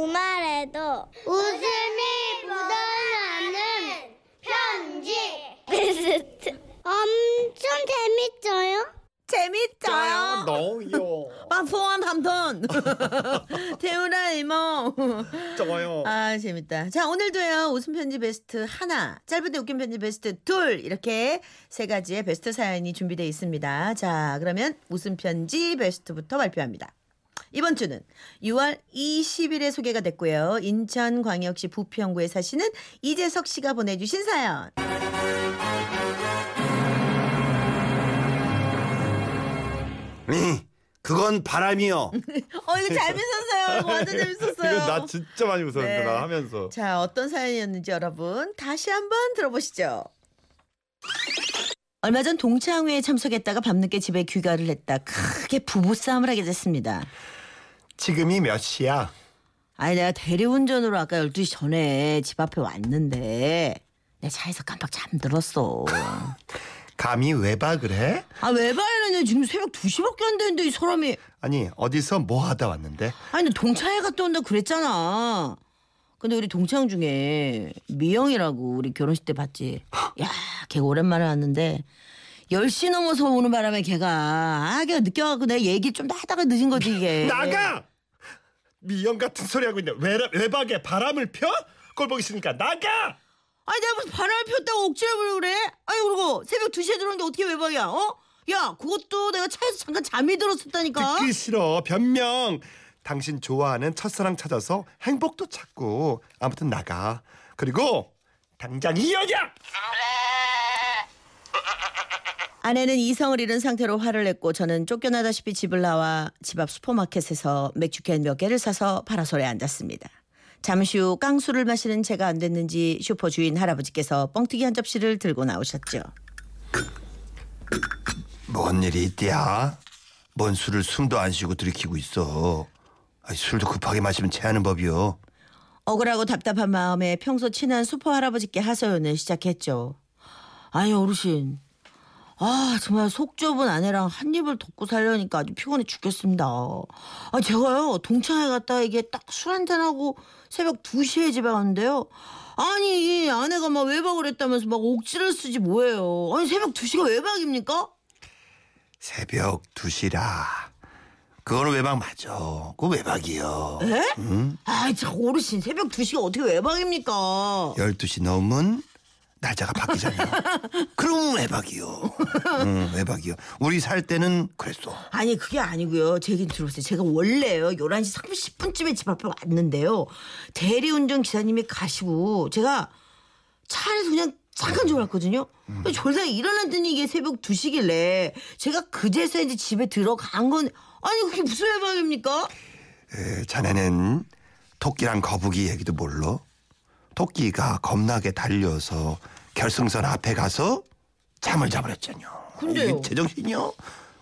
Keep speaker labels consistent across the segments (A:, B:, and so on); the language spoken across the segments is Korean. A: 주말에도 웃음이 묻어나는 편지. 엄청 재밌어요?
B: 아.
C: 재밌어요.
B: 너요.
C: 빵포함 함돈. 태우라 이모.
B: 좋아요.
C: 아 재밌다. 자 오늘도요 웃음 편지 베스트 하나, 짧은데 웃긴 편지 베스트 둘 이렇게 세 가지의 베스트 사연이 준비되어 있습니다. 자 그러면 웃음 편지 베스트부터 발표합니다. 이번 주는 6월 20일에 소개가 됐고요. 인천광역시 부평구에 사시는 이재석 씨가 보내주신 사연.
D: 이, 그건 바람이요.
C: 어 이거 잘 믿었어요. 이거 완전 재밌었어요.
B: 이거 나 진짜 많이 웃었는데
C: 네.
B: 나 하면서.
C: 자, 어떤 사연이었는지 여러분 다시 한번 들어보시죠. 얼마 전 동창회에 참석했다가 밤늦게 집에 귀가를 했다. 크게 부부싸움을 하게 됐습니다.
D: 지금이 몇 시야?
C: 아니 내가 대리운전으로 아까 12시 전에 집 앞에 왔는데 내 차에서 깜빡 잠들었어.
D: 감히 외박을 해?
C: 아, 왜 봐야냐. 지금 새벽 2시밖에 안 되는데 이 사람이.
D: 아니 어디서 뭐 하다 왔는데?
C: 아니 너 동창회 갔다 온다 그랬잖아. 근데 우리 동창 중에 미영이라고 우리 결혼식 때 봤지. 야, 걔 오랜만에 왔는데 10시 넘어서 오는 바람에 걔가 아, 걔가 늦게 와갖고 내가 얘기 좀 하다가 늦은 거지
B: 네.
C: 이게.
B: 나가! 미영 같은 소리 하고 있네. 외, 외박에 바람을 펴? 꼴보기 싫으니까 나가!
C: 아니 내가 무슨 바람을 폈다고 억지로 부르 그래? 아니 그러고 새벽 2시에 들어오는데 어떻게 외박이야? 어? 야, 그것도 내가 차에서 잠깐 잠이 들었었다니까.
D: 듣기 그 싫어 변명. 당신 좋아하는 첫사랑 찾아서 행복도 찾고 아무튼 나가. 그리고 당장 이 여자.
C: 아내는 이성을 잃은 상태로 화를 냈고 저는 쫓겨나다시피 집을 나와 집 앞 슈퍼마켓에서 맥주캔 몇 개를 사서 파라솔에 앉았습니다. 잠시 후 깡수를 마시는 제가 안 됐는지 슈퍼 주인 할아버지께서 뻥튀기 한 접시를 들고 나오셨죠.
D: 뭔 일이 있디야? 뭔 술을 숨도 안 쉬고 들이키고 있어. 아이, 술도 급하게 마시면 체하는 법이요.
C: 억울하고 답답한 마음에 평소 친한 슈퍼 할아버지께 하소연을 시작했죠. 아니 어르신, 아 정말 속 좁은 아내랑 한 입을 덮고 살려니까 아주 피곤해 죽겠습니다. 아 제가요 동창회 갔다 이게 딱 술 한잔하고 새벽 2시에 집에 갔는데요. 아니 이 아내가 막 외박을 했다면서 막 억지를 쓰지 뭐예요. 아니 새벽 2시가 외박입니까?
D: 새벽 2시라. 그거는 외박 맞아. 그거 외박이요.
C: 에? 네? 아이 참 어르신 새벽 2시가 어떻게 외박입니까?
D: 12시 넘으면 날짜가 바뀌잖아요. 그럼 외박이요. 응, 외박이요. 우리 살 때는 그랬어.
C: 아니 그게 아니고요. 제 얘기 들어보세요. 제가 원래요. 11시 30분쯤에 집 앞에 왔는데요. 대리운전 기사님이 가시고 제가 차 안에서 그냥 잠깐 졸았거든요. 근데 졸다가 일어났더니 이게 새벽 2시길래 제가 그제서 이제 집에 들어간 건 아니 그게 무슨 외박입니까?
D: 에, 자네는 토끼랑 거북이 얘기도 몰라. 토끼가 겁나게 달려서 결승선 앞에 가서 잠을 자버렸잖요.
C: 근데요?
D: 이게 제정신이요?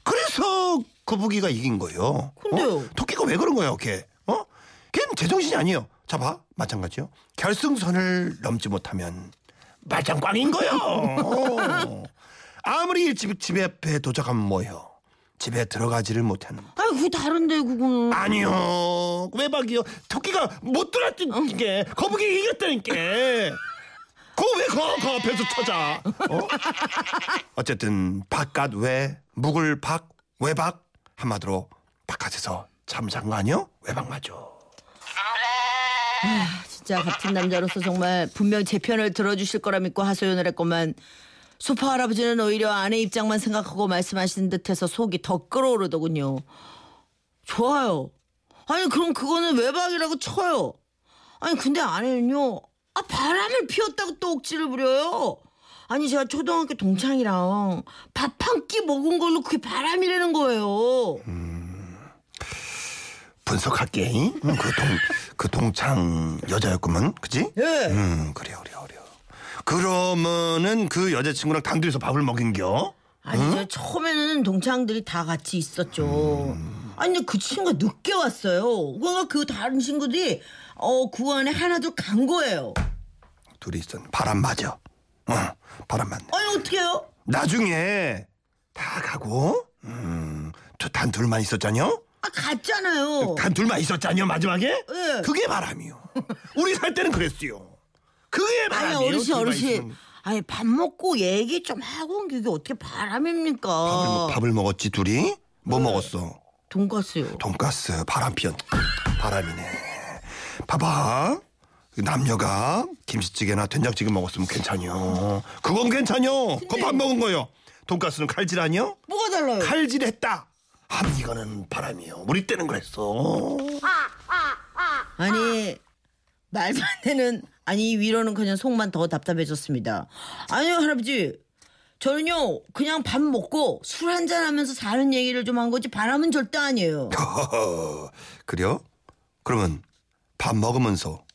D: 그래서 거북이가 이긴 거요.
C: 근데요?
D: 어? 토끼가 왜 그런 거야, 걔? 어? 걔는 제정신이 아니에요. 자, 봐. 마찬가지요. 결승선을 넘지 못하면 말짱꽝인 거요. 어. 아무리 일찍 집에 앞에 도착하면 뭐요? 집에 들어가지를 못하는
C: 아니 그게 다른데 그거는.
B: 아니요. 외박이요. 토끼가 못 들었던 게 거북이 이겼다니까. 그왜 거, 거 앞에서 찾아?
D: 어? 어쨌든 바깥 외 묵을 밖 외박 한마디로 바깥에서 잠잔 거 아니요? 외박 맞아.
C: 진짜 같은 남자로서 정말 분명 제 편을 들어주실 거라 믿고 하소연을 했건만 수퍼 할아버지는 오히려 아내 입장만 생각하고 말씀하시는 듯해서 속이 더 끓어오르더군요. 좋아요. 아니 그럼 그거는 외박이라고 쳐요. 아니 근데 아내는요. 아 바람을 피웠다고 또 억지를 부려요. 아니 제가 초등학교 동창이랑 밥 한 끼 먹은 걸로 그게 바람이라는 거예요.
D: 분석할게. 응, 그 동, 그 동창 여자였구먼. 그지?
C: 예.
D: 음, 그래, 그래, 그래. 그러면은 그 여자친구랑 단둘이서 밥을 먹인겨?
C: 아니 저 처음에는 동창들이 다 같이 있었죠. 아니 근데 그 친구가 늦게 왔어요. 그러니까 그 다른 친구들이 어 그 안에 하나둘 간 거예요.
D: 둘이 있었 바람 맞아. 응, 바람 맞네.
C: 아니 어떻게요?
D: 나중에 다 가고, 음, 저단 둘만 있었잖여?
C: 아 갔잖아요.
D: 단 둘만 있었잖요 마지막에?
C: 예.
D: 그게 바람이요. 우리 살 때는 그랬어요. 그게
C: 아니
D: 바람이요.
C: 어르신
D: 둘만
C: 어르신.
D: 있으면.
C: 아니 밥 먹고 얘기 좀 하고 온 게 이게 어떻게 바람입니까?
D: 밥을, 먹- 어. 뭐 밥을 먹었지 둘이? 뭐
C: 예.
D: 먹었어?
C: 돈가스요.
D: 돈가스 바람 피운 바람이네. 봐봐. 남녀가 김치찌개나 된장찌개 먹었으면 괜찮요. 그건 괜찮요. 그밥 먹은 거요. 돈가스는 칼질 아니요?
C: 뭐가 달라요?
D: 칼질했다. 아, 이거는 바람이요. 우리 때는 그랬어.
C: 아니 말도 안 되는 아니 이 위로는 그냥 속만 더 답답해졌습니다. 아니요 할아버지 저는요 그냥 밥 먹고 술 한잔 하면서 사는 얘기를 좀 한 거지 바람은 절대 아니에요.
D: 허허허. 그래요? 그러면 밥 먹으면서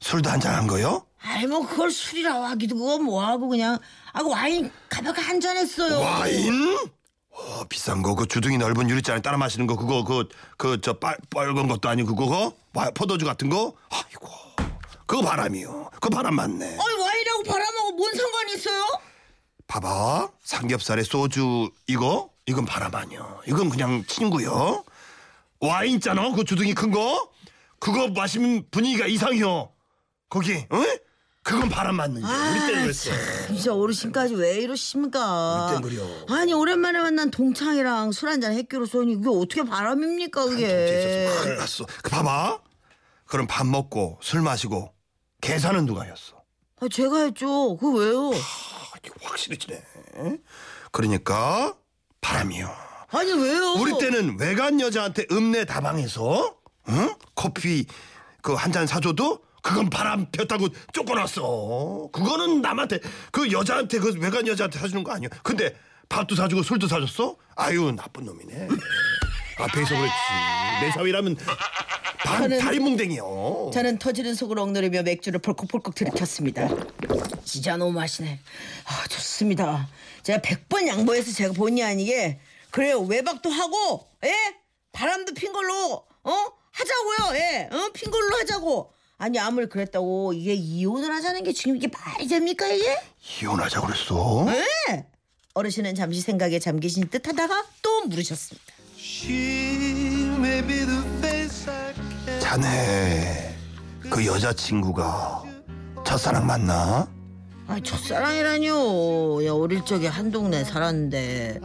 D: 술도 한잔 한 거요?
C: 아니 뭐 그걸 술이라고 하기도 그거 뭐하고 그냥 아 와인 가볍게 한잔 했어요.
D: 와인? 어, 비싼 거, 그 주둥이 넓은 유리잔에 따라 마시는 거, 그거, 그, 그, 저, 빨, 빨간 것도 아니고, 그거, 와, 포도주 같은 거? 아이고, 그거 바람이요. 그거 바람 맞네.
C: 아니 와인하고 바람하고 뭔 상관이 있어요?
D: 봐봐. 삼겹살에 소주, 이거? 이건 바람 아니요. 이건 그냥 친구요. 와인 있잖아, 그 주둥이 큰 거? 그거 마시면 분위기가 이상해요. 거기, 응? 그건 바람 맞는지.
C: 아,
D: 우리 때는 그랬어.
C: 이제 어르신까지 왜 이러십니까?
D: 그땐 그래요.
C: 아니 오랜만에 만난 동창이랑 술 한잔 했기로 써니 그게 어떻게 바람입니까
D: 있었으면
C: 그게?
D: 큰일 났어. 그 봐봐. 그럼 밥 먹고 술 마시고 계산은 누가 했어?
C: 아, 제가 했죠. 그 왜요?
D: 아, 이거 확실해지네. 그러니까 바람이요.
C: 아니 왜요?
D: 우리 때는 외간 여자한테 읍내 다방에서 응? 커피 그 한 잔 사줘도 그건 바람 폈다고 쫓겨났어. 그거는 남한테 그 여자한테 그 외간 여자한테 사주는 거 아니야. 근데 밥도 사주고 술도 사줬어? 아유 나쁜 놈이네. 앞에서 그랬지. 내 사위라면 반
C: 저는-
D: 다리 뭉댕이요.
C: 저는 터지는 속으로 억누르며 맥주를 벌컥벌컥 들이켰습니다. 진짜 너무 맛있네. 아, 좋습니다. 제가 100번 양보해서 제가 본의 아니게 그래요. 외박도 하고 예? 바람도 핀 걸로 어? 하자고요. 예. 어? 핀 걸로 하자고. 아니 아무리 그랬다고 이게 이혼을 하자는 게 지금 이게 말이 됩니까 이게?
D: 이혼하자 그랬어.
C: 예. 어르신은 잠시 생각에 잠기신 듯하다가 또 물으셨습니다.
D: 자네 그 여자친구가 첫사랑 맞나?
C: 아 첫사랑이라뇨 야 어릴 적에 한 동네 살았는데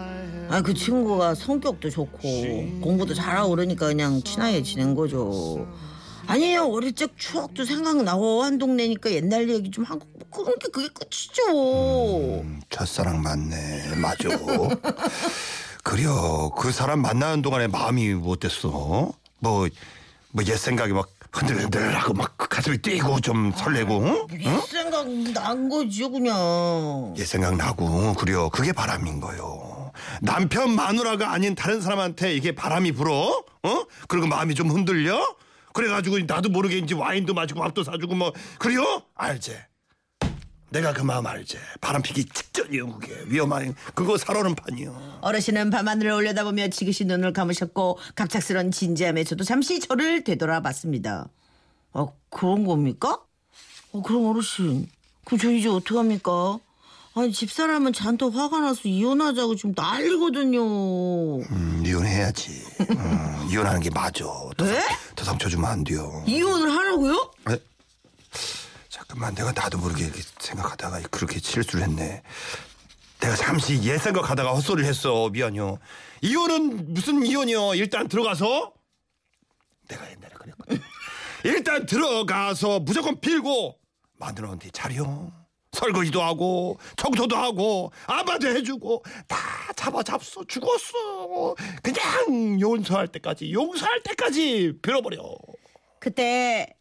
C: 아그 친구가 성격도 좋고 공부도 잘하고 그러니까 그냥 친하게 지낸 거죠 아니에요 어릴 적 추억도 생각나고 한 동네니까 옛날 얘기 좀 하고 뭐 그런 게 그게 끝이죠
D: 음. 첫사랑 맞네 맞아 그려 그 사람 만나는 동안에 마음이 어땠어 뭐 뭐 옛 생각이 막 흔들흔들하고 막그 가슴이 뛰고 좀 설레고 응?
C: 이 생각 난 거죠 그냥
D: 옛 예, 생각 나고 그려 그게 바람인 거요 남편 마누라가 아닌 다른 사람한테 이게 바람이 불어 어 그리고 마음이 좀 흔들려 그래가지고 나도 모르게 이제 와인도 마시고 밥도 사주고 뭐 그려 알제 내가 그 마음 알제 바람 피기 직전이요 그게 위험한 그거 살오는 판이요.
C: 어르신은 밤하늘을 올려다보며 지그시 눈을 감으셨고 갑작스런 진지함에 저도 잠시 저를 되돌아봤습니다. 아 그런 겁니까? 어 그럼 어르신 그럼 저 이제 어떡합니까? 아니 집사람은 잔뜩 화가 나서 이혼하자고 지금 난리거든요. 네?
D: 음, 이혼해야지. 음, 이혼하는 게 맞아. 더,
C: 에?
D: 더 상처 주면 안 돼요.
C: 이혼을 하라고요?
D: 에? 네. 잠깐만, 내가 나도 모르게 이렇게 생각하다가 그렇게 실수를 했네. 내가 잠시 옛 생각하다가 헛소리를 했어. 미안요. 이혼은 무슨 이혼이요? 일단 들어가서. 내가 옛날에 그랬거든. 일단 들어가서 무조건 빌고 만들어 놓은 뒤 자려. 설거지도 하고 청소도 하고 아바도 해주고 다 잡아 잡수 죽었어. 그냥 용서할 때까지 용서할 때까지 빌어버려.
C: 그때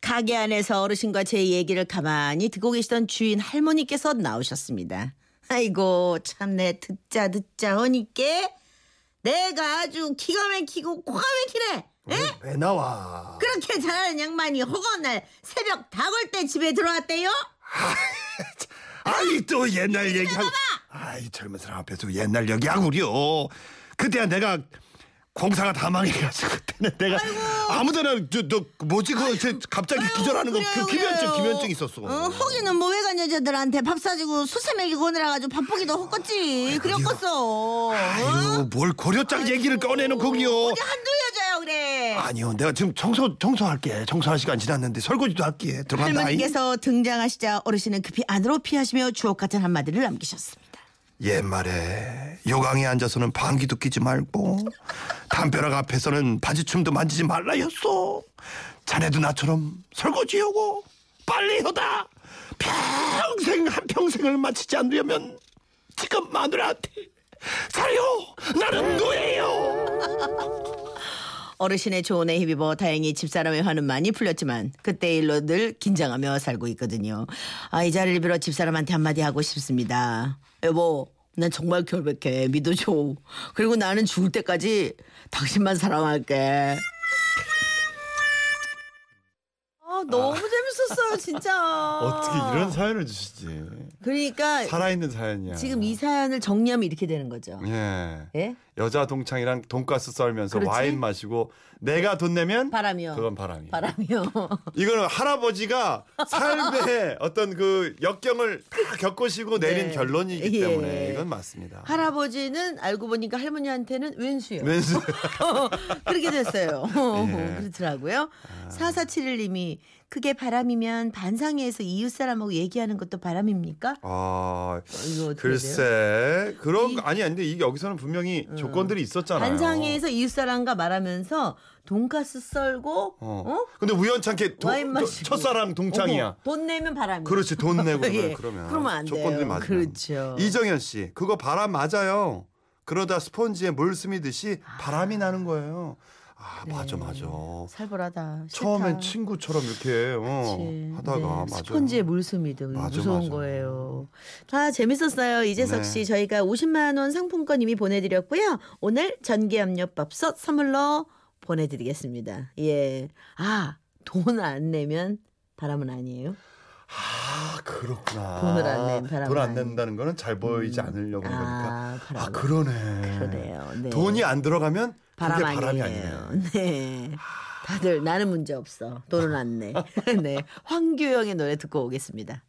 C: 가게 안에서 어르신과 제 얘기를 가만히 듣고 계시던 주인 할머니께서 나오셨습니다. 아이고 참내 듣자 듣자 허니께 내가 아주 기가 막히고 코가 막히네. 에?
D: 왜, 왜 나와?
C: 그렇게 잘하는 양반이 허가운 날 새벽 다골 때 집에 들어왔대요.
D: 아이 또 옛날 얘기하고 아이 젊은 사람 앞에서 옛날 얘기하고 그려 그때야 내가 공사가 다 망해가지고 그때는 내가 아무데나 저, 너 뭐지 그 제- 갑자기 기절하는 거 그 기면증 기면증 있었어
C: 어, 허기는 뭐 외간 여자들한테 밥 사주고 수세 먹이고 오느라 가지고 바쁘기도 헛겄지. 그렸겠어.
D: 아유 뭘 고려짝 얘기를 꺼내는 거기요
C: 어디 한두 그래.
D: 아니요, 내가 지금 청소 청소할게. 청소할 시간 지났는데 설거지도 할게. 들어간다. 잉?
C: 할머니께서 등장하시자 어르신은 급히 안으로 피하시며 주옥 같은 한마디를 남기셨습니다.
D: 옛말에 요강에 앉아서는 방귀도 뀌지 말고 담벼락 앞에서는 바지춤도 만지지 말라였소. 자네도 나처럼 설거지하고 빨래하다 평생 한 평생을 마치지 않으려면 지금 마누라한테 살요 나는 노예요.
C: 어르신의 조언에 힘입어 다행히 집사람의 화는 많이 풀렸지만 그때 일로 늘 긴장하며 살고 있거든요. 아, 이 자리를 빌어 집사람한테 한마디 하고 싶습니다. 여보, 난 정말 결백해. 믿어줘. 그리고 나는 죽을 때까지 당신만 사랑할게. 아, 너무 재밌었어요, 진짜.
E: 어떻게 이런 사연을 주시지?
C: 그러니까
E: 살아있는 사연이야.
C: 지금 이 사연을 정리하면 이렇게 되는 거죠.
E: 예.
C: 예?
E: 여자 동창이랑 돈가스 썰면서
C: 그렇지?
E: 와인 마시고 내가 돈 내면
C: 바람이요.
E: 그건 바람이.
C: 바람이요.
E: 이거는 할아버지가 삶의 어떤 그 역경을 다 겪으시고 내린
C: 네.
E: 결론이기
C: 예.
E: 때문에 이건 맞습니다.
C: 할아버지는 알고 보니까 할머니한테는 왼수요.
E: 왼수
C: 그렇게 됐어요.
E: 네. 예. 아.
C: 그렇더라고요. 4471님이 그게 바람이면 반상회에서 이웃 사람하고 얘기하는 것도 바람입니까?
E: 아,
C: 이거 어떻게 돼요?
E: 글쎄 그런
C: 이- 어.
E: 아니 아닌데 이게 여기서는 분명히 조건들이 있었잖아요.
C: 반상회에서 이웃 사람과 말하면서 돈가스 썰고
E: 어.
C: 어?
E: 근데 우연찮게 도-
C: 와인
E: 도-
C: 마시고
E: 첫사랑 동창이야.
C: 어머, 돈 내면 바람이.
E: 그렇지 돈 내고 그래,
C: 예,
E: 그러면
C: 그러면 안
E: 조건들
C: 돼요.
E: 맞아.
C: 그렇죠.
E: 이정현 씨 그거 바람 맞아요. 그러다 스펀지에 물 스미듯이
C: 아.
E: 바람이 나는 거예요. 아 맞아
C: 네.
E: 맞아.
C: 살벌하다. 싫다.
E: 처음엔 친구처럼 이렇게 어,
C: 그치.
E: 하다가
C: 네.
E: 맞아.
C: 스펀지에 물숨이 든
E: 맞아,
C: 무서운
E: 맞아.
C: 거예요. 아 재밌었어요
E: 네.
C: 이재석 씨 저희가 50만 원 상품권 이미 보내드렸고요 오늘 전기압력밥솥 선물로 보내드리겠습니다. 예, 아돈 안 내면 바람은 아니에요.
E: 아 그렇구나.
C: 돈을 안 낸 바람은
E: 돈안
C: 아니에요.
E: 낸다는 거는 잘 보이지 않으려고 그러니까.
C: 아, 바람.
E: 아 그러네.
C: 그러네요. 네.
E: 돈이 안 들어가면
C: 바람
E: 그게 바람이
C: 아니에요.
E: 아니에요.
C: 네. 다들 나는 문제 없어. 돈은 안 내. 네. 황규영의 노래 듣고 오겠습니다.